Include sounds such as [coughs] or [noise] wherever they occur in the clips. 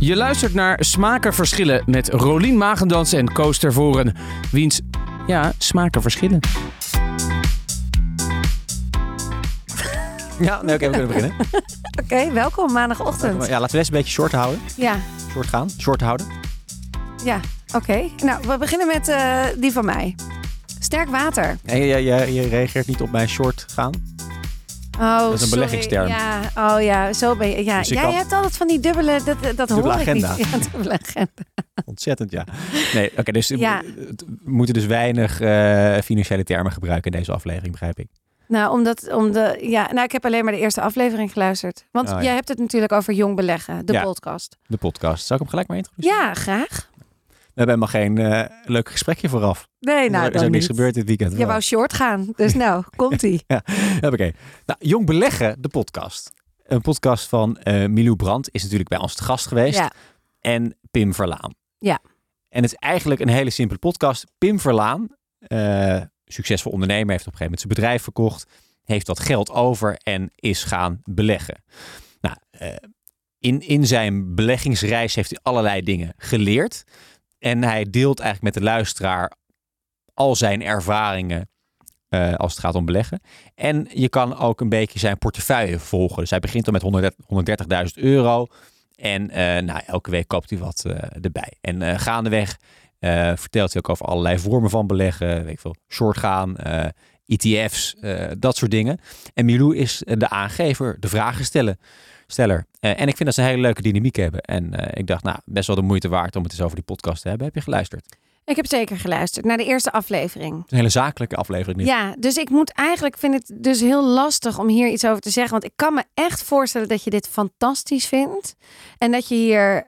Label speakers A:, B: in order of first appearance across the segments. A: Je luistert naar Smaken Verschillen met Rolien Magendans en Koos Tervoren. Wiens, ja, smaken verschillen.
B: Ja, nee, oké, we kunnen beginnen.
A: [laughs]
C: Oké, welkom maandagochtend.
B: Ja, laten we deze een beetje short houden.
C: Ja,
B: Short gaan, short houden.
C: ja, oké. Nou, we beginnen met eh, die van mij. Sterk water.
B: En je, je, je reageert niet op mijn short gaan.
C: Oh,
B: is een
C: sorry.
B: beleggingsterm.
C: Ja, oh ja, zo ben je. Ja.
B: Dus ik
C: Jij
B: had-
C: hebt altijd van die dubbele, dat, dat hoor
B: agenda.
C: ik niet. [laughs] Ja, dubbele agenda.
B: Ontzettend, ja. Nee, oké, dus
C: Ja.
B: we we moeten dus weinig eh, financiële termen gebruiken in deze aflevering, begrijp ik.
C: Nou, omdat, om de, ja, nou, ik heb alleen maar de eerste aflevering geluisterd. Want
B: Oh, ja.
C: jij hebt het natuurlijk over jong beleggen, de
B: Ja.
C: podcast.
B: De podcast. Zal ik hem gelijk maar introduceren?
C: Ja, graag.
B: We hebben helemaal geen eh, leuk gesprekje vooraf.
C: Nee, nou,
B: er is
C: dan
B: ook niks
C: niet.
B: gebeurd dit weekend.
C: Je
B: Wel.
C: wou short gaan, dus nou,
B: [laughs]
C: komt-ie.
B: Hoppakee. Nou, Jong Beleggen, de podcast. Een podcast van eh Milou Brandt is natuurlijk bij ons te gast geweest.
C: Ja.
B: En Pim Verlaan.
C: Ja.
B: En het is eigenlijk een hele simpele podcast. Pim Verlaan, eh, succesvol ondernemer, heeft op een gegeven moment zijn bedrijf verkocht. Heeft dat geld over en is gaan beleggen. Nou, eh, in, in zijn beleggingsreis heeft hij allerlei dingen geleerd. En hij deelt eigenlijk met de luisteraar al zijn ervaringen eh, als het gaat om beleggen. En je kan ook een beetje zijn portefeuille volgen. Dus hij begint dan met 130 130.000 euro. En eh, nou, elke week koopt hij wat eh, erbij. En eh, gaandeweg eh, vertelt hij ook over allerlei vormen van beleggen. Weet ik veel, short gaan, eh, ETF's, eh, dat soort dingen. En Milou is eh, de aangever, de vragensteller. Steller. Eh, en ik vind dat ze een hele leuke dynamiek hebben. En eh, ik dacht, nou, best wel de moeite waard om het eens over die podcast te hebben. Heb je geluisterd? Het
C: Ik heb zeker geluisterd naar de eerste aflevering.
B: is een hele zakelijke aflevering. dit.
C: Ja, dus ik moet eigenlijk vind het dus heel lastig om hier iets over te zeggen. Want ik kan me echt voorstellen dat je dit fantastisch vindt. En dat je hier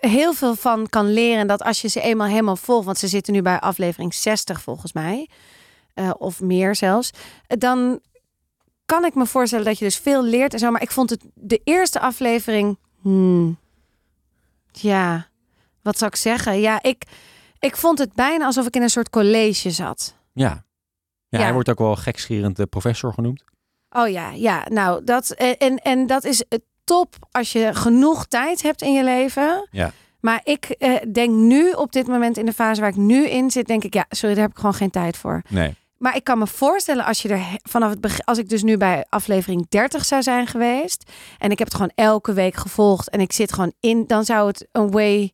C: heel veel van kan leren. En dat als je ze eenmaal helemaal volgt, want ze zitten nu bij aflevering 60 volgens mij. eh, of meer zelfs. Dan kan ik me voorstellen dat je dus veel leert en zo. Maar ik vond het de eerste aflevering. hmm, ja, wat zou ik zeggen? Ja, ik, ik vond het bijna alsof ik in een soort college zat.
B: Ja. Ja,
C: Ja.
B: Hij wordt ook wel gekschierend de professor genoemd.
C: Oh ja, ja. Nou, dat, en, en dat is eh, top als je genoeg tijd hebt in je leven.
B: Ja.
C: Maar ik eh, denk nu op dit moment in de fase waar ik nu in zit, denk ik, ja, sorry, daar heb ik gewoon geen tijd voor.
B: Nee.
C: Maar ik kan me voorstellen als je er he- vanaf het begin, als ik dus nu bij aflevering 30 zou zijn geweest en ik heb het gewoon elke week gevolgd en ik zit gewoon in, dan zou het een way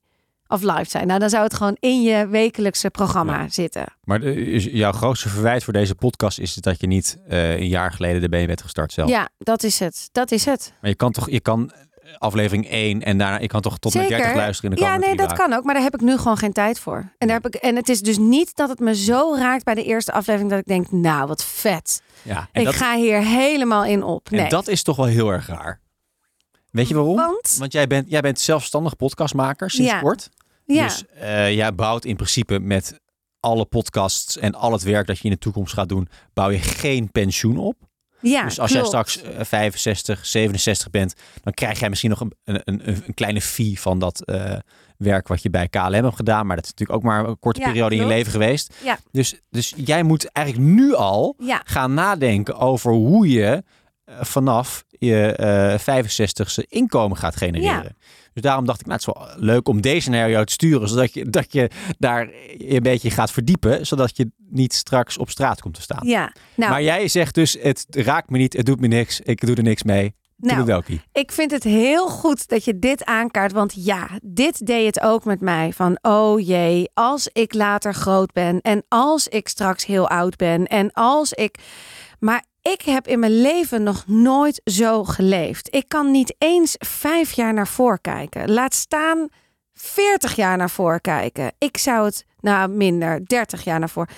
C: of life zijn. Nou, dan zou het gewoon in je wekelijkse programma zitten.
B: Maar de- is- jouw grootste verwijt voor deze podcast is dat je niet eh, een jaar geleden erbij bent gestart zelf.
C: Ja, dat is het. Dat is het.
B: Maar je kan toch, je kan eh, aflevering 1 en daarna, je kan toch tot
C: Zeker.
B: met 30 luisteren in de
C: Ja,
B: komende
C: nee,
B: drie
C: dat
B: dagen.
C: kan ook. Maar daar heb ik nu gewoon geen tijd voor. En, daar heb ik, en het is dus niet dat het me zo raakt bij de eerste aflevering dat ik denk, nou, wat vet.
B: Ja, en,
C: ik
B: dat,
C: ga hier helemaal in op.
B: en
C: Nee.
B: dat is toch wel heel erg raar. Weet je waarom?
C: Want?
B: jij bent, jij bent zelfstandig podcastmaker sinds
C: Ja.
B: kort.
C: ja.
B: Dus eh, jij bouwt in principe met alle podcasts en al het werk dat je in de toekomst gaat doen, bouw je geen pensioen op.
C: ja,
B: dus als jij
C: klopt.
B: straks eh, 65, 67 bent, dan krijg jij misschien nog een, een, een, een kleine fee van dat eh, werk wat je bij KLM hebt gedaan. Maar dat is natuurlijk ook maar een korte
C: Ja,
B: periode in je
C: klopt.
B: leven geweest.
C: Ja.
B: Dus, dus jij moet eigenlijk nu al
C: Ja,
B: gaan nadenken over hoe je eh, vanaf je eh 65ste inkomen gaat genereren. Dus daarom dacht ik, nou, het is wel leuk om deze naar jou te sturen, zodat je, dat je daar een beetje gaat verdiepen, zodat je niet straks op straat komt te staan.
C: ja. Nou,
B: Maar jij zegt dus, het raakt me niet, het doet me niks, ik doe er niks mee.
C: nou,
B: Toededokie.
C: Ik vind het heel goed dat je dit aankaart. Want ja, dit deed het ook met mij. Van oh jee, als ik later groot ben. En als ik straks heel oud ben. En als ik. Maar ik heb in mijn leven nog nooit zo geleefd. Ik kan niet eens vijf jaar naar voor kijken. Laat staan 40 jaar naar voor kijken. Ik zou het, nou minder, 30 jaar naar voor.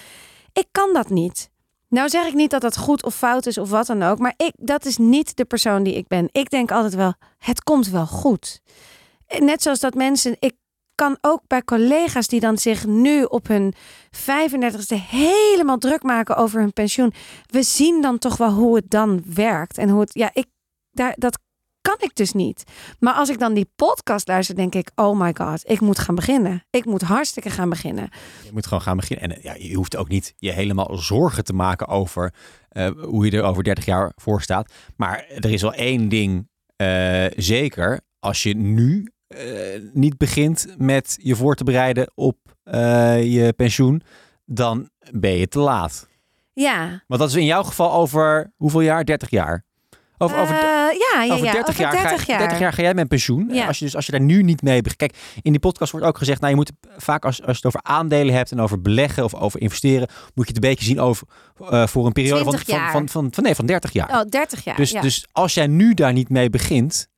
C: Ik kan dat niet. Nou zeg ik niet dat dat goed of fout is of wat dan ook, maar ik, dat is niet de persoon die ik ben. Ik denk altijd wel, het komt wel goed. En Net zoals dat mensen, ik kan ook bij collega's die dan zich nu op hun 35ste helemaal druk maken over hun pensioen. We zien dan toch wel hoe het dan werkt en hoe het, ja, ik, daar, dat kan ik dus niet. Maar als ik dan die podcast luister, denk ik, oh my god, ik moet gaan beginnen. Ik moet hartstikke gaan beginnen.
B: Je moet gewoon gaan beginnen. En eh, ja, je hoeft ook niet je helemaal zorgen te maken over eh, hoe je er over 30 jaar voor staat. Maar er is wel één ding eh, zeker. Als je nu eh, niet begint met je voor te bereiden op eh, je pensioen, dan ben je te laat.
C: Ja.
B: Want dat is in jouw geval over hoeveel jaar? 30 jaar. Over, over,
C: Eh, ja, ja,
B: over
C: ja.
B: 30, jaar, ga, 30 jaar ga jij met pensioen.
C: Ja.
B: Als, je dus, als je daar nu niet mee begint. Kijk, in die podcast wordt ook gezegd, nou, je moet vaak als, als je het over aandelen hebt en over beleggen of over investeren, moet je het een beetje zien over, eh, voor een periode van,
C: 20
B: van,
C: jaar.
B: van, van, van- nee, van 30 jaar.
C: Oh, 30 jaar.
B: dus,
C: ja.
B: dus als jij nu daar niet mee begint,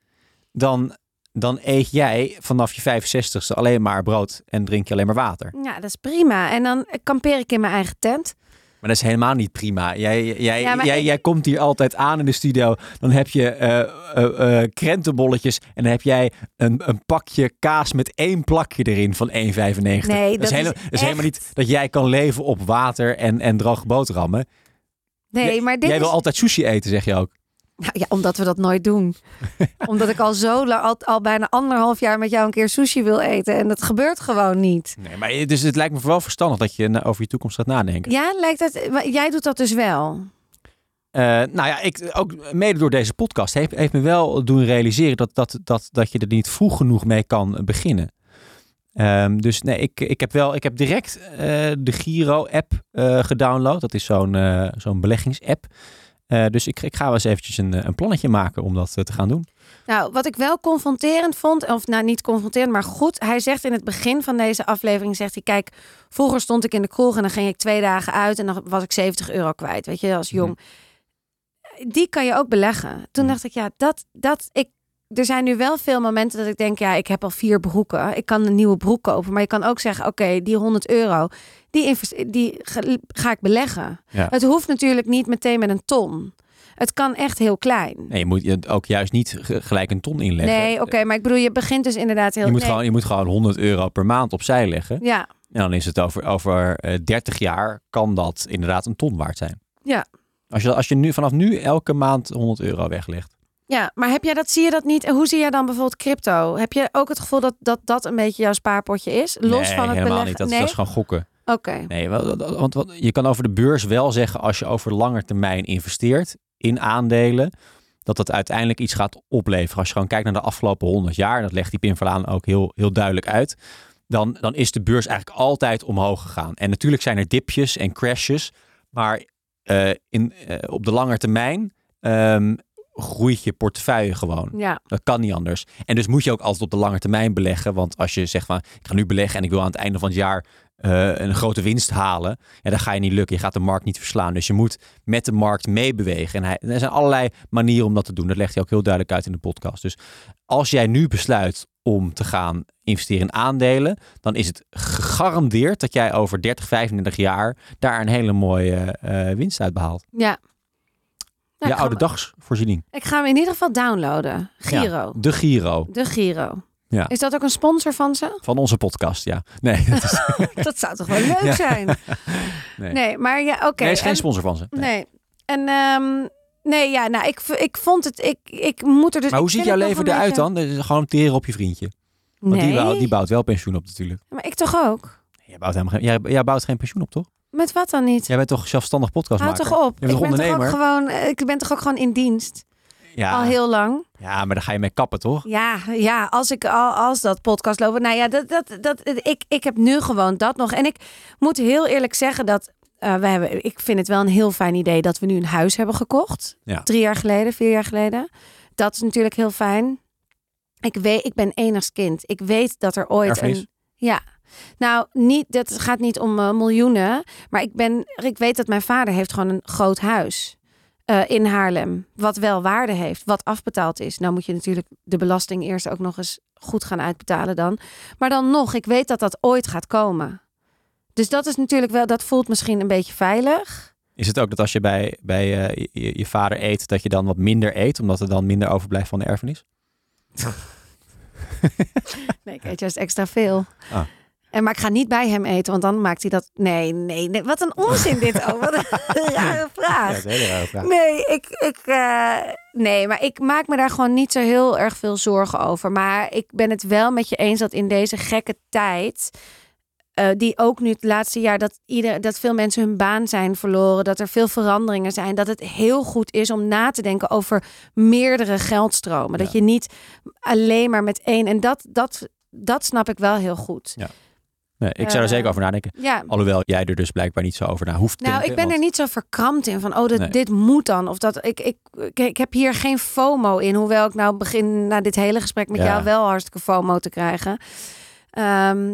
B: dan, dan eet jij vanaf je 65ste alleen maar brood en drink je alleen maar water.
C: ja, dat is prima. En dan kampeer ik in mijn eigen tent.
B: Maar dat is helemaal niet prima. Jij, jij,
C: Ja, maar
B: jij,
C: ik-
B: jij komt hier altijd aan in de studio. Dan heb je eh, eh, eh, krentenbolletjes. En dan heb jij een, een pakje kaas met één plakje erin van 1,95.
C: Nee, dat
B: is,
C: is
B: hele- is helemaal
C: echt-
B: niet dat jij kan leven op water en, en droge boterhammen.
C: Nee,
B: Jij-
C: maar dit
B: jij
C: is...
B: wil altijd sushi eten, zeg je ook.
C: Nou ja, omdat we dat nooit
B: [laughs]
C: doen. omdat ik al zo lang, al, al bijna anderhalf jaar met jou een keer sushi wil eten. En dat gebeurt gewoon niet.
B: Nee, maar je- dus het lijkt me wel verstandig dat je na- over je toekomst gaat nadenken.
C: Ja, lijkt dat. maar Jij doet dat dus wel.
B: Eh, nou ja, ik, ook mede door deze podcast heeft, heeft me wel doen realiseren dat, dat, dat, dat je er niet vroeg genoeg mee kan beginnen. Ehm, dus nee, ik, ik heb wel, ik heb direct eh, de Giro-app eh, gedownload. Dat is zo'n eh, zo'n beleggings-app. Eh, dus ik, ik ga wel eens eventjes een, eh, een plannetje maken om dat eh, te gaan doen.
C: Nou, wat ik wel confronterend vond, of nou niet confronterend, maar goed. Hij zegt in het begin van deze aflevering, zegt hij, kijk, vroeger stond ik in de kroeg en dan ging ik twee dagen uit en dan was ik 70 euro kwijt, weet je, als jong. Die kan je ook beleggen. Toen
B: Mhm.
C: dacht ik, ja, dat, dat, ik, er zijn nu wel veel momenten dat ik denk, ja, ik heb al vier broeken. Ik kan een nieuwe broek kopen, maar je kan ook zeggen, oké, die 100 euro, die, investe- die ge- ga ik beleggen.
B: Ja.
C: Het hoeft natuurlijk niet meteen met een ton. Het kan echt heel klein.
B: Nee, je moet je ook juist niet ge- gelijk een ton inleggen.
C: Nee, oké, maar ik bedoel, je begint dus inderdaad heel...
B: je, moet
C: nee.
B: gewoon, je moet gewoon 100 euro per maand opzij leggen.
C: Ja,
B: En Nou, dan is het over, over eh, 30 jaar kan dat inderdaad een ton waard zijn.
C: Ja.
B: Als je, als je nu, vanaf nu elke maand 100 euro weglegt.
C: ja, maar heb jij dat, zie je dat niet? En hoe zie jij dan bijvoorbeeld crypto? Heb je ook het gevoel dat dat, dat een beetje jouw spaarpotje is? Los
B: nee,
C: van
B: helemaal
C: het beleggen?
B: niet. Dat, is-
C: nee?
B: dat is gewoon gokken.
C: Oké,
B: Nee, wel- dat- want wat, je kan over de beurs wel zeggen als je over lange termijn investeert in aandelen, dat dat uiteindelijk iets gaat opleveren. Als je gewoon kijkt naar de afgelopen 100 jaar, en dat legt die Pim Verlaan ook heel, heel duidelijk uit, dan, dan is de beurs eigenlijk altijd omhoog gegaan. En natuurlijk zijn er dipjes en crashes, maar eh, in, eh, op de lange termijn ehm, groeit je portefeuille gewoon.
C: ja.
B: Dat kan niet anders. En dus moet je ook altijd op de lange termijn beleggen. Want als je zegt van ik ga nu beleggen en ik wil aan het einde van het jaar eh, een grote winst halen. Ja, dan ga je niet lukken. Je gaat de markt niet verslaan. Dus je moet met de markt meebewegen. En hij, er zijn allerlei manieren om dat te doen. Dat legt hij ook heel duidelijk uit in de podcast. Dus als jij nu besluit om te gaan investeren in aandelen, dan is het gegarandeerd dat jij over 30, 35 jaar daar een hele mooie eh, winst uit behaalt.
C: ja. Nou,
B: je
C: ik, ga
B: oude
C: hem,
B: dagsvoorziening.
C: ik ga hem in ieder geval downloaden. Giro.
B: De Giro
C: De Giro.
B: Ja.
C: Is dat ook een sponsor
B: [laughs]
C: van ze?
B: van onze podcast. Ja, nee. dat is-
C: Dat zou toch wel leuk
B: Ja. [laughs]
C: zijn?
B: Nee.
C: Nee. maar ja, oké.
B: nee, is geen
C: en-
B: sponsor van ze. Nee.
C: Nee. En, ehm, nee, ja, nou, ik, v- ik vond het, ik, ik moet er dus...
B: Maar hoe
C: ik
B: ziet
C: vind
B: jouw
C: het nog
B: leven
C: een
B: eruit
C: beetje-
B: dan? Dat is gewoon teren op je vriendje. Want
C: Nee,
B: die, bouwt, die bouwt wel pensioen op natuurlijk.
C: maar ik toch ook?
B: Jij bouwt, helemaal geen, jij, jij bouwt geen pensioen op, toch?
C: Met wat dan niet?
B: Jij bent toch zelfstandig
C: Houd
B: podcastmaker?
C: toch op.
B: bent
C: ik,
B: toch
C: ben toch ook
B: ondernemer?
C: gewoon, eh, ik ben toch ook gewoon in dienst.
B: Ja,
C: Al heel lang.
B: ja, maar daar ga je mee kappen, toch?
C: Ja, ja als, ik, al, als dat podcast lopen. Nou ja, dat, dat, dat, ik, ik heb nu gewoon dat nog. En ik moet heel eerlijk zeggen dat. eh, we hebben, ik vind het wel een heel fijn idee dat we nu een huis hebben gekocht.
B: Ja.
C: Drie jaar geleden, vier jaar geleden. Dat is natuurlijk heel fijn. Ik, weet, ik ben enigst kind. Ik weet dat er ooit
B: Erfenis?
C: een. Ja. Nou, niet, dat gaat niet om eh, miljoenen. Maar ik, ben, ik weet dat mijn vader heeft gewoon een groot huis eh, in Haarlem. Wat wel waarde heeft, wat afbetaald is. Nou moet je natuurlijk de belasting eerst ook nog eens goed gaan uitbetalen dan. Maar dan nog, ik weet dat dat ooit gaat komen. Dus dat is natuurlijk wel, dat voelt misschien een beetje veilig.
B: Is het ook dat als je bij, bij eh, je- je, je vader eet, dat je dan wat minder eet, omdat er dan minder overblijft van de erfenis?
C: [laughs] Nee, ik eet juist extra veel.
B: Ah.
C: En, maar ik ga niet bij hem eten, want dan maakt hij dat... Nee, nee, nee. Wat een onzin dit ook. Wat
B: [laughs]
C: een rare
B: Ja,
C: vraag.
B: dat is een hele rare vraag.
C: Nee, ik, ik, eh, nee, maar ik maak me daar gewoon niet zo heel erg veel zorgen over. Maar ik ben het wel met je eens dat in deze gekke tijd. eh, eh, die ook nu het laatste jaar dat, ieder, dat veel mensen hun baan zijn verloren, dat er veel veranderingen zijn, dat het heel goed is om na te denken over meerdere geldstromen. Dat je niet alleen maar met één. En dat, dat, dat snap ik wel heel goed.
B: Nee, ik zou er
C: Eh,
B: zeker over nadenken.
C: Ja.
B: Alhoewel jij er dus blijkbaar niet zo over na hoeft te
C: Nou,
B: denken,
C: ik ben
B: want-
C: er niet zo verkrampt in van, oh, dat,
B: Nee.
C: dit moet dan. Of dat ik, ik, ik, ik heb hier geen FOMO in. Hoewel ik nou begin na dit hele gesprek met
B: Ja.
C: jou wel hartstikke FOMO te krijgen. Ehm,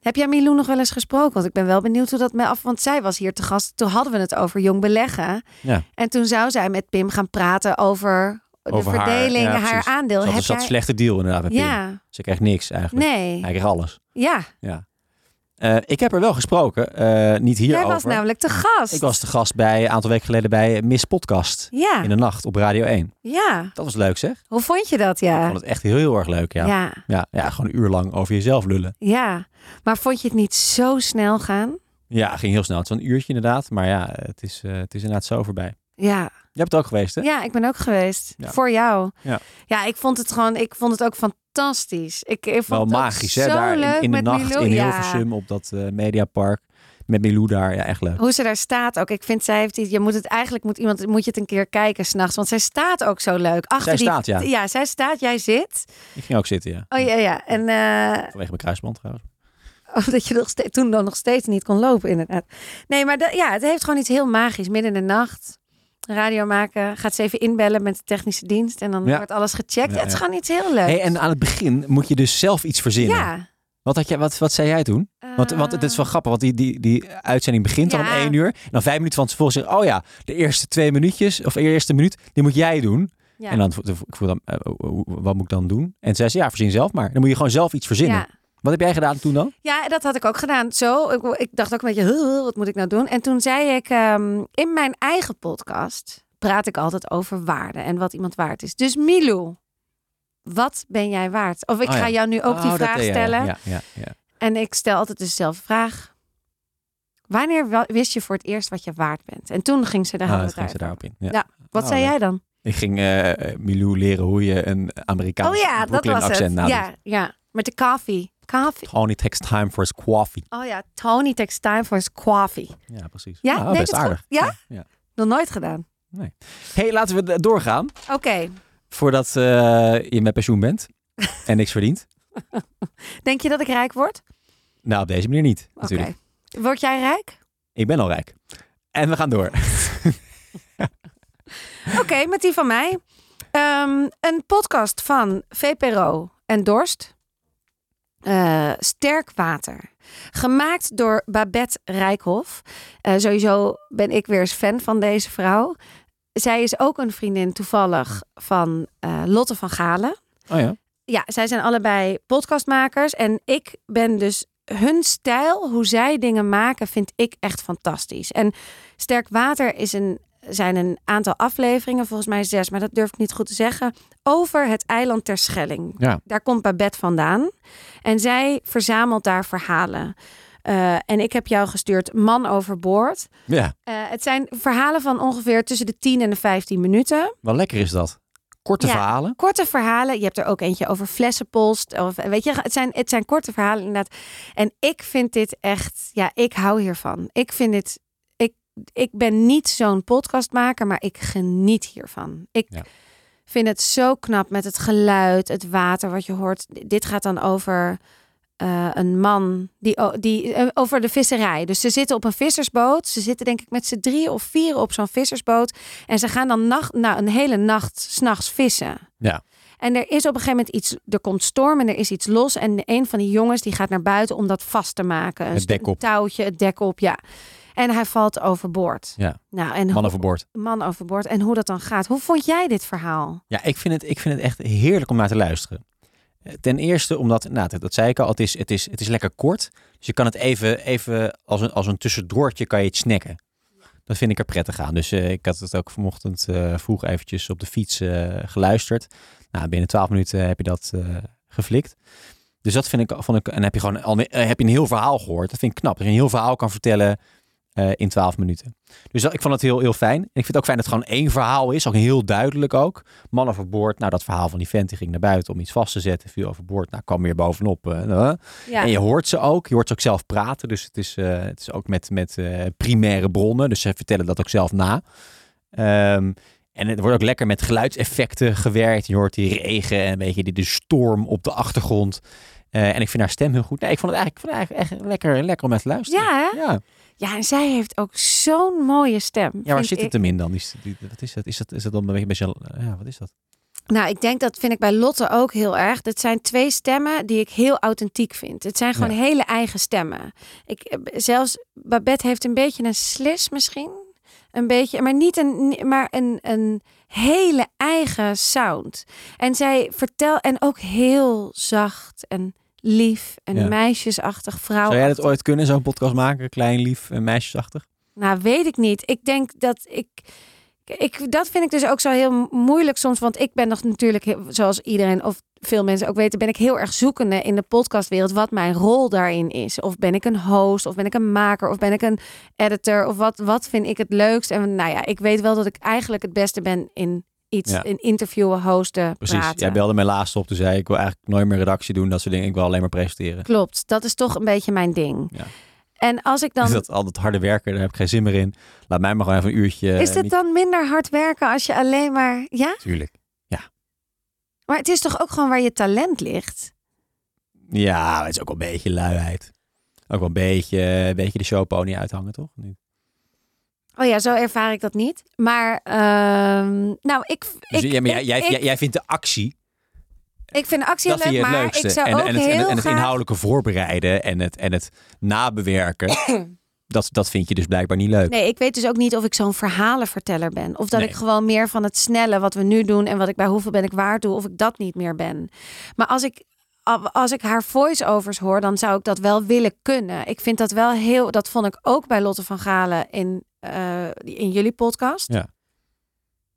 C: heb jij Milou nog wel eens gesproken? Want ik ben wel benieuwd hoe dat mij af. Want zij was hier te gast. Toen hadden we het over jong beleggen.
B: Ja.
C: En toen zou zij met Pim gaan praten over de
B: Over haar,
C: verdeling,
B: ja,
C: haar,
B: precies.
C: aandeel.
B: Ze had
C: heb
B: een zat
C: jij...
B: slechte deal inderdaad met Pim.
C: Ja,
B: Ze kreeg niks eigenlijk.
C: nee.
B: Hij kreeg alles.
C: Ja,
B: Eh, ik heb er wel gesproken, eh, niet
C: jij
B: hierover.
C: was nou- namelijk te gast.
B: Ik was te gast bij, een aantal weken geleden bij eh, Miss Podcast
C: Ja,
B: in de nacht op Radio 1.
C: ja.
B: Dat was leuk zeg.
C: Hoe vond je dat?
B: Ik
C: Ja.
B: vond het echt heel, heel erg leuk. Ja. Ja.
C: ja.
B: Ja, gewoon een uur lang over jezelf lullen.
C: Ja, maar vond je het niet zo snel gaan?
B: Ja, ging heel snel. Het was een uurtje inderdaad. Maar ja, het is, eh, het is inderdaad zo voorbij.
C: Ja,
B: Je hebt het ook geweest hè?
C: ja ik ben ook geweest.
B: Ja.
C: Voor jou.
B: Ja.
C: ja, ik vond het gewoon, ik vond het ook fantastisch. Ik, ik vond
B: Wel
C: het ook
B: magisch hè,
C: zo
B: daar
C: leuk
B: in, in de
C: met
B: nacht
C: Milou.
B: in
C: Ja.
B: Hilversum op dat eh, Mediapark. Met Milou daar, ja echt leuk.
C: Hoe ze daar staat ook. Ik vind zij heeft iets. Je moet het eigenlijk moet iemand moet je het een keer kijken s'nachts. Want zij staat ook zo leuk. Achter
B: Zij
C: die,
B: staat, ja.
C: Ja, zij staat, jij zit.
B: Ik ging ook zitten ja.
C: Oh ja, ja. En eh,
B: Vanwege mijn kruisband trouwens.
C: Omdat Oh, je nog steeds, toen dan nog steeds niet kon lopen, inderdaad. Nee, maar dat, ja, het heeft gewoon iets heel magisch. Midden in de nacht, radio maken, gaat ze even inbellen met de technische dienst en dan
B: Ja.
C: wordt alles gecheckt.
B: Ja,
C: Het is
B: ja.
C: gewoon iets heel leuks.
B: Hey, en aan het begin moet je dus zelf iets verzinnen.
C: ja.
B: Wat, had jij, wat, wat zei jij toen? Want, want het is wel grappig, want die, die, die uitzending begint dan om
C: Ehm. Ja.
B: één uur. En dan vijf minuten van tevoren zeggen, oh ja, de eerste twee minuutjes, of de eerste minuut, die moet jij doen.
C: Ja.
B: En dan, vo- ik voel dan, eh, oh, oh, wat moet ik dan doen? En zei ze, ja, verzin zelf maar. Dan moet je gewoon zelf iets verzinnen.
C: Ja.
B: Wat heb jij gedaan toen dan?
C: ja, dat had ik ook gedaan. Zo, ik, ik dacht ook een beetje, "Huh, wat moet ik nou doen? En toen zei ik, ehm, in mijn eigen podcast praat ik altijd over waarde en wat iemand waard is. Dus Milou, wat ben jij waard? Of ik
B: Oh ja.
C: ga jou nu ook
B: Oh,
C: die
B: dat
C: vraag
B: deed jij, ja.
C: stellen.
B: Ja, ja, ja.
C: En ik stel altijd dezelfde vraag. Wanneer wa- wist je voor het eerst wat je waard bent? En toen ging ze daar
B: Ah,
C: hadden
B: dat
C: we
B: ging ze
C: het daar.
B: daarop in. Ja.
C: Ja. Wat
B: Oh,
C: zei
B: leuk.
C: jij dan?
B: Ik ging eh Milou leren hoe je een Amerikaans
C: oh ja, dat
B: Brooklyn
C: was
B: accent
C: het.
B: nadoet.
C: Ja, ja, met de koffie. Koffie.
B: Gewoon it takes time for his coffee.
C: Oh ja, Tony takes time for his coffee.
B: Ja, precies.
C: Ja,
B: Ah,
C: nee,
B: best
C: dat is
B: aardig.
C: goed. Ja?
B: ja.
C: Nog nooit gedaan.
B: hey, laten we doorgaan.
C: Oké,
B: Voordat eh, je met pensioen
C: [laughs]
B: bent en niks verdient.
C: denk je dat ik rijk word?
B: Nou, op deze manier niet,
C: Oké.
B: natuurlijk.
C: Word jij rijk?
B: Ik ben al rijk. En we gaan door.
C: Oké, met die van mij. Ehm, een podcast van VPRO en Dorst. Eh, sterk water. Gemaakt door Babette Rijkhoff. Eh, sowieso ben ik weer eens fan van deze vrouw. Zij is ook een vriendin toevallig van eh, Lotte van Galen.
B: Oh ja.
C: Ja, zij zijn allebei podcastmakers. En ik ben dus hun stijl, hoe zij dingen maken, vind ik echt fantastisch. En Sterk Water is een, zijn een aantal afleveringen, volgens mij zes, maar dat durf ik niet goed te zeggen, over het eiland Terschelling.
B: Ja.
C: Daar komt Babette vandaan. En zij verzamelt daar verhalen. Eh, en ik heb jou gestuurd Man overboord.
B: Ja,
C: Eh, het zijn verhalen van ongeveer tussen de 10 en de 15 minuten.
B: wel lekker is dat. Korte
C: Ja. Nou.
B: verhalen.
C: Korte verhalen. Je hebt er ook eentje over flessenpost. Of, weet je, het zijn, het zijn korte verhalen inderdaad. En ik vind dit echt... Ja, ik hou hiervan. Ik vind dit... Ik, ik ben niet zo'n podcastmaker, maar ik geniet hiervan. Ik
B: Ja.
C: vind het zo knap met het geluid, het water wat je hoort. D- Dit gaat dan over... eh, een man die, o- die eh, over de visserij. Dus ze zitten op een vissersboot. Ze zitten denk ik met z'n drie of vier op zo'n vissersboot. En ze gaan dan nacht, nou, een hele nacht s'nachts vissen.
B: Ja.
C: En er is op een gegeven moment iets, er komt storm en er is iets los. En een van die jongens die gaat naar buiten om dat vast te maken. Een
B: Het dek
C: stu-
B: op.
C: touwtje, het dek op, ja. En hij valt overboord.
B: Ja.
C: Nou, en
B: Man
C: hoe-
B: overboord.
C: man overboord. En hoe dat dan gaat. Hoe vond jij dit verhaal?
B: Ja, ik vind, het, ik vind het echt heerlijk om naar te luisteren. Eh, Ten eerste omdat, nou, dat, dat zei ik al, het is, het, is, het is lekker kort. Dus je kan het even, even als, een, als een tussendoortje kan je het snacken. Dat vind ik er prettig aan. Dus eh, ik had het ook vanochtend eh, vroeg eventjes op de fiets eh, geluisterd. Nou, binnen twaalf minuten heb je dat eh, geflikt. Dus dat vind ik, vond ik, en heb je gewoon al, eh, heb je een heel verhaal gehoord. Dat vind ik knap. Dat je een heel verhaal kan vertellen eh, in 12 minuten. Dus dat- ik vond het heel, heel fijn. En ik vind het ook fijn dat het gewoon één verhaal is. Ook heel duidelijk ook. Man overboord. Nou, dat verhaal van die vent die ging naar buiten om iets vast te zetten. Viel overboord. Nou, kwam weer bovenop. eh, eh.
C: Ja.
B: En je hoort ze ook. Je hoort ze ook zelf praten. Dus het is, eh, het is ook met, met eh, primaire bronnen. Dus ze vertellen dat ook zelf na. Ehm, en het wordt ook lekker met geluidseffecten gewerkt. Je hoort die regen en een beetje die, de storm op de achtergrond. Eh, en ik vind haar stem heel goed. Nee, ik vond het eigenlijk, ik vond het eigenlijk echt lekker, lekker om naar te luisteren.
C: Ja, hè?
B: ja.
C: Ja, en zij heeft ook zo'n mooie stem.
B: Ja, waar
C: vind
B: zit
C: ik.
B: het hem in dan? Is, die- wat is dat? Is dat, is dat dan een beetje... een beetje- Ja, wat is dat?
C: Nou, ik denk dat vind ik bij Lotte ook heel erg. Dat zijn twee stemmen die ik heel authentiek vind. Het zijn gewoon hele eigen stemmen. Ik, eh, zelfs Babette heeft een beetje een slis misschien. Een beetje, maar niet een, maar een, een hele eigen sound. En zij vertelt, en ook heel zacht en lief en
B: Ja.
C: meisjesachtig vrouw.
B: Zou jij dat ooit kunnen, zo'n podcast maken? Klein, lief en meisjesachtig?
C: Nou, weet ik niet. Ik denk dat ik. Ik, dat vind ik dus ook zo heel moeilijk soms. Want ik ben nog natuurlijk, heel- zoals iedereen of veel mensen ook weten, ben ik heel erg zoekende in de podcastwereld wat mijn rol daarin is. Of ben ik een host, of ben ik een maker, of ben ik een editor, of wat, wat vind ik het leukst? En nou ja, ik weet wel dat ik eigenlijk het beste ben in iets,
B: Ja.
C: in interviewen, hosten,
B: Precies.
C: praten.
B: Jij belde mij laatst op. Toen zei ik, ik wil eigenlijk nooit meer redactie doen. Dat soort dingen. Ik wil alleen maar presenteren.
C: Klopt, dat is toch een beetje mijn ding.
B: Ja.
C: En als ik dan...
B: Dus Dat al dat harde werken, daar heb ik geen zin meer in. Laat mij maar gewoon even een uurtje...
C: Is
B: eh,
C: het dan minder hard werken als je alleen maar... Ja?
B: Tuurlijk.
C: Maar het is toch ook gewoon waar je talent ligt?
B: Ja, maar het is ook wel een beetje luiheid. Ook wel een beetje, een beetje de showpony uithangen, toch? Nu.
C: Oh ja, zo ervaar ik dat niet. Maar ehm, nou, ik,
B: Dus,
C: ik,
B: ja, maar jij,
C: ik,
B: jij,
C: ik,
B: jij- jij vindt de actie,
C: ik vind actie
B: dat
C: heel
B: vind
C: leuk,
B: je het
C: maar
B: leukste.
C: ik zou
B: en,
C: ook
B: en het, en,
C: heel
B: het- en het
C: graag...
B: inhoudelijke voorbereiden en het, en het
C: [coughs]
B: nabewerken, dat, dat vind je dus blijkbaar niet leuk.
C: Nee, ik weet dus ook niet of ik zo'n verhalenverteller ben. Of dat
B: Nee.
C: ik gewoon meer van het snelle wat we nu doen en wat ik bij hoeveel ben ik waard doe, of ik dat niet meer ben. Maar als ik, als ik haar voice-overs hoor, dan zou ik dat wel willen kunnen. Ik vind dat wel heel, dat vond ik ook bij Lotte van Galen in, eh, in jullie podcast.
B: Ja.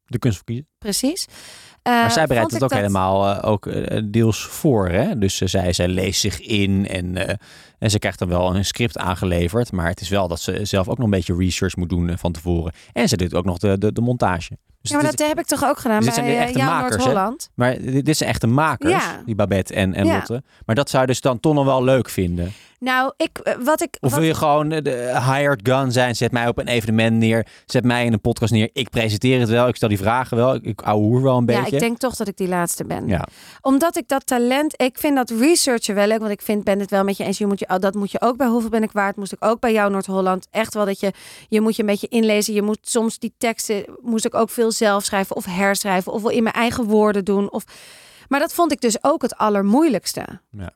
B: De kunst van kiezen.
C: Precies. Eh,
B: Maar zij bereidt het ook helemaal eh, ook eh, deels voor. Hè? Dus eh, zij, zij leest zich in en, eh, en ze krijgt dan wel een script aangeleverd. Maar het is wel dat ze zelf ook nog een beetje research moet doen eh, van tevoren. En ze doet ook nog de, de, de montage. Dus
C: ja, maar
B: het
C: dat
B: is-
C: heb ik toch ook gedaan
B: dus dit
C: bij
B: zijn de
C: eh,
B: echte
C: Jouw
B: makers, hè?
C: Noord-Holland.
B: maar dit, dit zijn echte makers,
C: Ja.
B: die Babette en, en
C: Ja.
B: Lotte. Maar dat zou je dus dan toch nog wel leuk vinden.
C: Nou, ik, eh, wat ik...
B: Of
C: wat-
B: wil je gewoon eh, de hired gun zijn? Zet mij op een evenement neer. Zet mij in een podcast neer. Ik presenteer het wel. Ik stel die vragen wel. Ik, ik ouwehoer wel een
C: ja,
B: beetje.
C: ik denk toch dat ik die laatste ben.
B: Ja.
C: Omdat ik dat talent... Ik vind dat researchen wel leuk. Want ik vind, ben het wel met je eens. Je moet je, dat moet je ook bij Hoeveel Ben ik Waard. Moest ik ook bij jou Noord-Holland. Echt wel dat je... Je moet je een beetje inlezen. Je moet soms die teksten... Moest ik ook veel zelf schrijven of herschrijven. Of wel in mijn eigen woorden doen. Of, maar dat vond ik dus ook het allermoeilijkste.
B: Ja.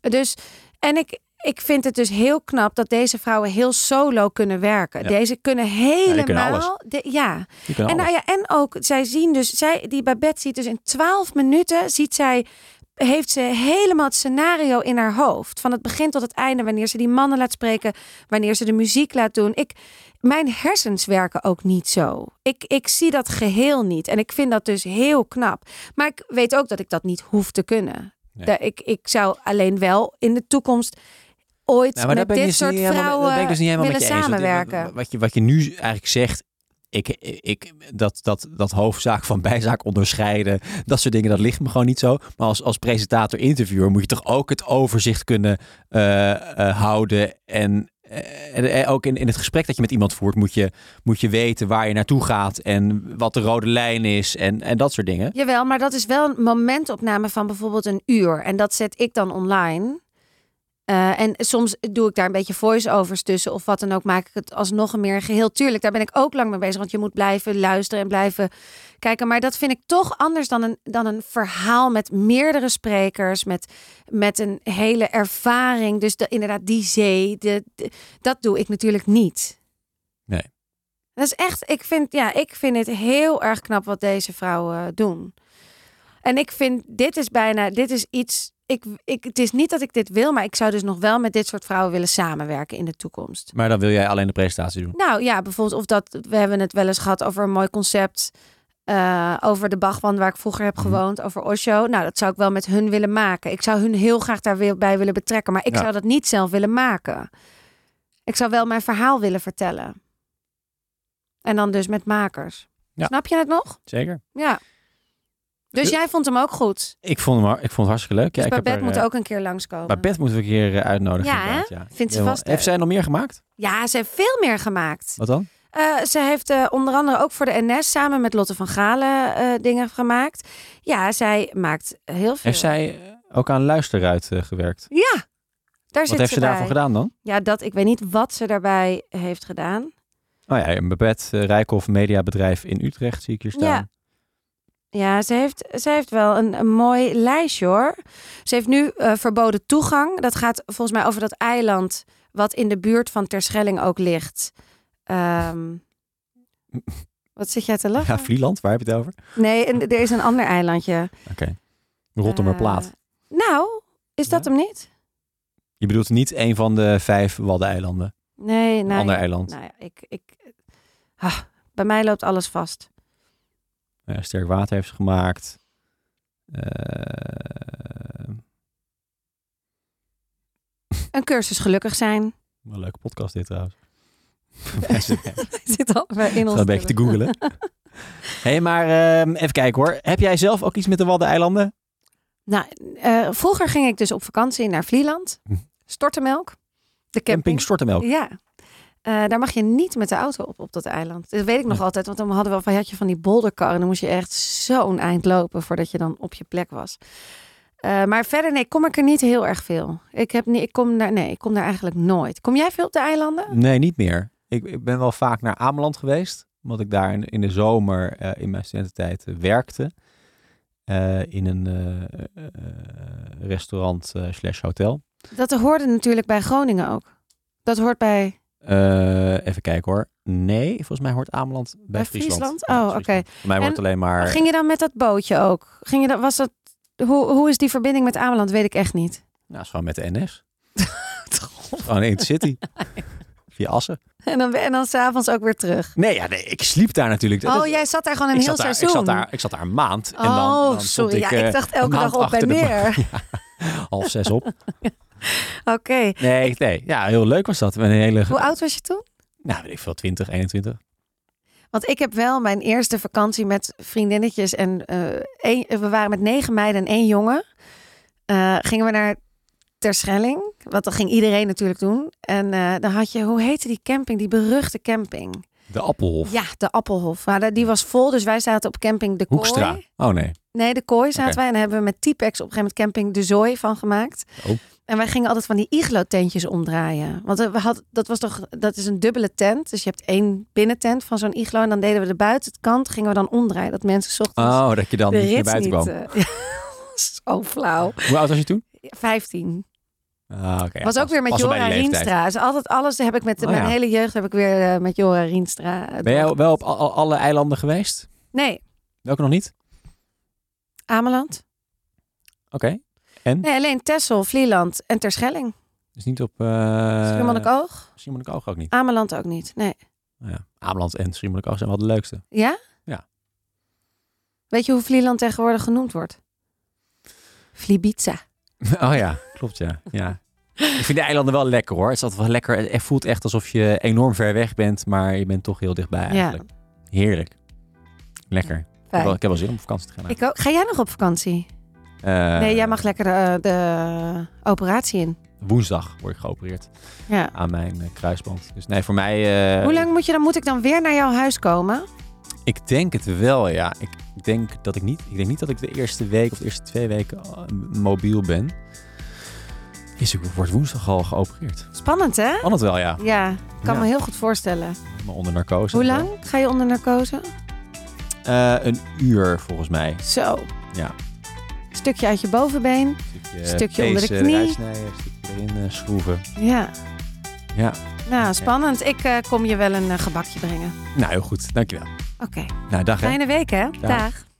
C: Dus... En ik... Ik vind het dus heel knap dat deze vrouwen heel solo kunnen werken.
B: Ja.
C: Deze kunnen helemaal.
B: alles.
C: de- ja.
B: Je kan
C: En
B: alles.
C: nou ja, en ook zij zien dus, zij, die Babette ziet dus in 12 minuten, ziet zij, heeft ze helemaal het scenario in haar hoofd. Van het begin tot het einde, wanneer ze die mannen laat spreken, wanneer ze de muziek laat doen. Ik, mijn hersens werken ook niet zo. Ik, ik zie dat geheel niet en ik vind dat dus heel knap. Maar ik weet ook dat ik dat niet hoef te kunnen.
B: Nee.
C: Da- Ik, ik zou alleen wel in de toekomst ooit
B: Nou,
C: met
B: ben ik
C: dit
B: dus niet
C: soort
B: helemaal- dat
C: vrouwen
B: ben ik dus niet helemaal
C: willen
B: met je eens. Want
C: samenwerken.
B: Wat, wat, je, wat je nu eigenlijk zegt, ik, ik, dat, dat, dat hoofdzaak van bijzaak onderscheiden, dat soort dingen, dat ligt me gewoon niet zo. Maar als, als presentator, interviewer moet je toch ook het overzicht kunnen eh, eh, houden. En, eh, en eh, ook in, in het gesprek dat je met iemand voert, moet je, moet je weten waar je naartoe gaat en wat de rode lijn is en, en dat soort dingen.
C: Jawel, maar dat is wel een momentopname van bijvoorbeeld een uur. En dat zet ik dan online. Eh, en soms doe ik daar een beetje voice-overs tussen of wat dan ook. Maak ik het alsnog meer een geheel. Tuurlijk, daar ben ik ook lang mee bezig. Want je moet blijven luisteren en blijven kijken. Maar dat vind ik toch anders dan een, dan een verhaal met meerdere sprekers. Met, met een hele ervaring. Dus de, inderdaad, die zee. De, de- dat doe ik natuurlijk niet.
B: Nee.
C: Dat is echt, ik vind, ja, ik vind het heel erg knap wat deze vrouwen eh, doen. En ik vind, dit is bijna, dit is iets. Ik, ik, het is niet dat ik dit wil, maar ik zou dus nog wel met dit soort vrouwen willen samenwerken in de toekomst.
B: Maar dan wil jij alleen de presentatie doen.
C: Nou ja, bijvoorbeeld, of dat we hebben het wel eens gehad over een mooi concept. eh, over de Bachman waar ik vroeger heb
B: Mhm.
C: gewoond, over Osho. Nou, dat zou ik wel met hun willen maken. Ik zou hun heel graag daarbij willen betrekken, maar ik
B: Ja.
C: zou dat niet zelf willen maken. Ik zou wel mijn verhaal willen vertellen. En dan dus met makers.
B: Ja.
C: Snap je het nog?
B: Zeker.
C: Ja. Dus jij vond hem ook goed.
B: Ik vond hem, har- ik vond het hartstikke leuk. Ja,
C: Dus
B: ik heb
C: Babette
B: er,
C: moet
B: eh,
C: ook een keer langskomen.
B: Babette moeten we een keer eh, uitnodigen.
C: Ja, hè?
B: inderdaad, ja.
C: Vindt ze
B: Heel-
C: vast
B: Heeft
C: leuk.
B: zij nog meer gemaakt?
C: Ja, ze heeft veel meer gemaakt.
B: Wat dan?
C: Eh, ze heeft eh, onder andere ook voor de NS samen met Lotte van Galen eh, dingen gemaakt. Ja, zij maakt heel veel.
B: Heeft zij eh, ook aan luisteruit eh, gewerkt?
C: Ja, daar zit
B: Wat heeft ze
C: bij.
B: daarvoor gedaan dan?
C: Ja, dat, ik weet niet wat ze daarbij heeft gedaan.
B: Nou ja, een Babette eh, Rijkoff Mediabedrijf in Utrecht zie ik hier staan.
C: Ja. Ja, ze heeft, ze heeft wel een, een mooi lijstje hoor. Ze heeft nu eh, verboden toegang. Dat gaat volgens mij over dat eiland wat in de buurt van Terschelling ook ligt.
B: [laughs]
C: Ehm, wat zit jij te lachen?
B: Ja, Vlieland, waar heb je het over?
C: nee, en er is een ander eilandje.
B: Rotterdamplaat.
C: Eh, nou, is dat
B: Ja?
C: hem niet?
B: Je bedoelt niet een van de vijf Waddeneilanden.
C: Nee,
B: Een
C: nou,
B: ander
C: ja,
B: eiland.
C: Nou ja, ik, ik, ah, bij mij loopt alles vast.
B: Eh, Sterk Water heeft ze gemaakt. Eh,
C: Een cursus gelukkig [laughs] zijn.
B: wat een leuke podcast dit
C: [laughs]
B: trouwens. Mensen-
C: Zit al bij- in
B: Ik
C: ons.
B: zat een beetje te
C: terug.
B: googelen. Hé, [laughs] hey, maar ehm, even kijken hoor. Heb jij zelf ook iets met de Waddeneilanden?
C: Nou, eh, vroeger ging ik dus op vakantie naar Vlieland.
B: Hm.
C: Stortemelk. De
B: Camping
C: camping.
B: Stortemelk.
C: Ja. Eh, daar mag je niet met de auto op, op dat eiland. Dat weet ik nog
B: Ja.
C: altijd, want dan hadden we, had je van die bolderkar... en dan moest je echt zo'n eind lopen voordat je dan op je plek was. Eh, maar verder, nee, kom ik er niet heel erg veel. Ik, heb niet, ik, kom daar, nee, ik kom daar eigenlijk nooit. Kom jij veel op de eilanden?
B: Nee, niet meer. Ik, ik ben wel vaak naar Ameland geweest. Omdat ik daar in, in de zomer eh, in mijn studententijd eh, werkte. Eh, in een eh, eh, eh, restaurant eh, slash hotel.
C: Dat hoorde natuurlijk bij Groningen ook. Dat hoort bij, bij,
B: Eh, even kijken hoor. Nee, volgens mij hoort Ameland bij, Friesland. Ja,
C: Oh, oké.
B: Friesland. Voor mij wordt
C: En
B: alleen maar...
C: Ging je dan met dat bootje ook? Ging je dan, was dat, hoe, hoe is die verbinding met Ameland? Weet ik echt niet. [laughs]
B: Nou, is gewoon met de NS. Gewoon in de
C: [laughs]
B: city. Via Assen.
C: En dan, en dan s'avonds ook weer terug.
B: Nee, ja, nee, ik sliep daar natuurlijk. Dat
C: oh,
B: is-
C: jij zat daar gewoon een
B: ik
C: heel
B: zat daar,
C: seizoen.
B: Ik zat, daar, ik zat daar een maand. en dan,
C: oh,
B: dan stond
C: sorry.
B: Ik,
C: ja,
B: eh,
C: ik dacht elke
B: maand
C: dag op
B: achter
C: en
B: de
C: neer.
B: half zes op.
C: [laughs] Oké.
B: Nee, nee. Ja, heel leuk was dat. Met een hele...
C: Hoe oud was je toen?
B: Nou, weet ik veel, 20, 21.
C: Want ik heb wel mijn eerste vakantie met vriendinnetjes. En eh, één- we waren met negen meiden en één jongen. Eh, gingen we naar Terschelling. Want dat ging iedereen natuurlijk doen. En eh, dan had je, hoe heette die camping? Die beruchte camping.
B: De Appelhof.
C: Ja, de Appelhof. Maar de- die was vol, dus wij zaten op camping De Kooi.
B: Hoekstra. Oh nee.
C: Nee, de kooi zaten
B: Oké.
C: wij. En daar hebben we met T-Pex op een gegeven moment camping de zooi van gemaakt.
B: Oh.
C: En wij gingen altijd van die iglo-tentjes omdraaien. Want eh, we had, dat was toch, dat is een dubbele tent. Dus je hebt één binnentent van zo'n iglo. En dan deden we de buitenkant, gingen we dan omdraaien. Dat mensen 's ochtends
B: Oh, dat je dan
C: de
B: niet naar buiten
C: rit niet...
B: kwam.
C: eh, [laughs] ja, zo flauw.
B: Hoe oud was je toen?
C: 15.
B: Ah, oké.
C: was ook weer met Jora Rienstra. Dus altijd alles heb ik met
B: Oh,
C: mijn
B: ja.
C: hele jeugd heb ik weer eh, met Jora Rienstra. eh,
B: Ben jij
C: doorgebracht.
B: wel op al- alle eilanden geweest?
C: Nee,
B: Welke nog niet?
C: Ameland.
B: Oké.
C: Nee, alleen Texel, Vlieland en Terschelling.
B: Dus niet op...
C: Uh,
B: Uh,
C: Oog.
B: Schiermonnikoog ook niet.
C: Ameland ook niet. Nee.
B: Nou ja, Ameland en Schiermonnikoog zijn wel de leukste.
C: Ja?
B: Ja.
C: Weet je hoe Vlieland tegenwoordig genoemd wordt? Vlibiza.
B: [laughs] Oh ja, klopt ja. ja. Ik vind de eilanden wel lekker hoor. Het is altijd wel lekker. Het voelt echt alsof je enorm ver weg bent, maar je bent toch heel dichtbij eigenlijk. Heerlijk. Lekker. Ik heb, wel,
C: Fijn.
B: ik heb wel zin om op vakantie te gaan.
C: Ik ook. Ga jij nog op vakantie?
B: Eh,
C: nee, jij mag lekker de, de operatie in.
B: Woensdag word ik geopereerd
C: Ja.
B: aan mijn eh, kruisband. Dus nee, voor mij... eh,
C: Hoe lang moet je dan? Moet ik dan weer naar jouw huis komen?
B: Ik denk het wel, ja. Ik denk, dat ik, niet, ik denk niet dat ik de eerste week of de eerste twee weken eh, mobiel ben. Is ik word woensdag al geopereerd.
C: Spannend, hè?
B: Kan het wel, ja.
C: Ja, kan
B: Ja.
C: me heel goed voorstellen.
B: Maar onder narcose.
C: Hoe lang ga je onder narcose?
B: Eh, een uur volgens mij.
C: Zo.
B: Ja.
C: Stukje uit je bovenbeen.
B: Stukje,
C: Stukje onder de
B: pezen
C: knie.
B: eruit snijden, stukje erin eh, schroeven.
C: Ja.
B: Ja.
C: Nou, spannend. Ik eh, kom je wel een eh, gebakje brengen.
B: Nou, heel goed. Dankjewel.
C: Oké.
B: Nou, dag hè.
C: Fijne week, hè? Dag.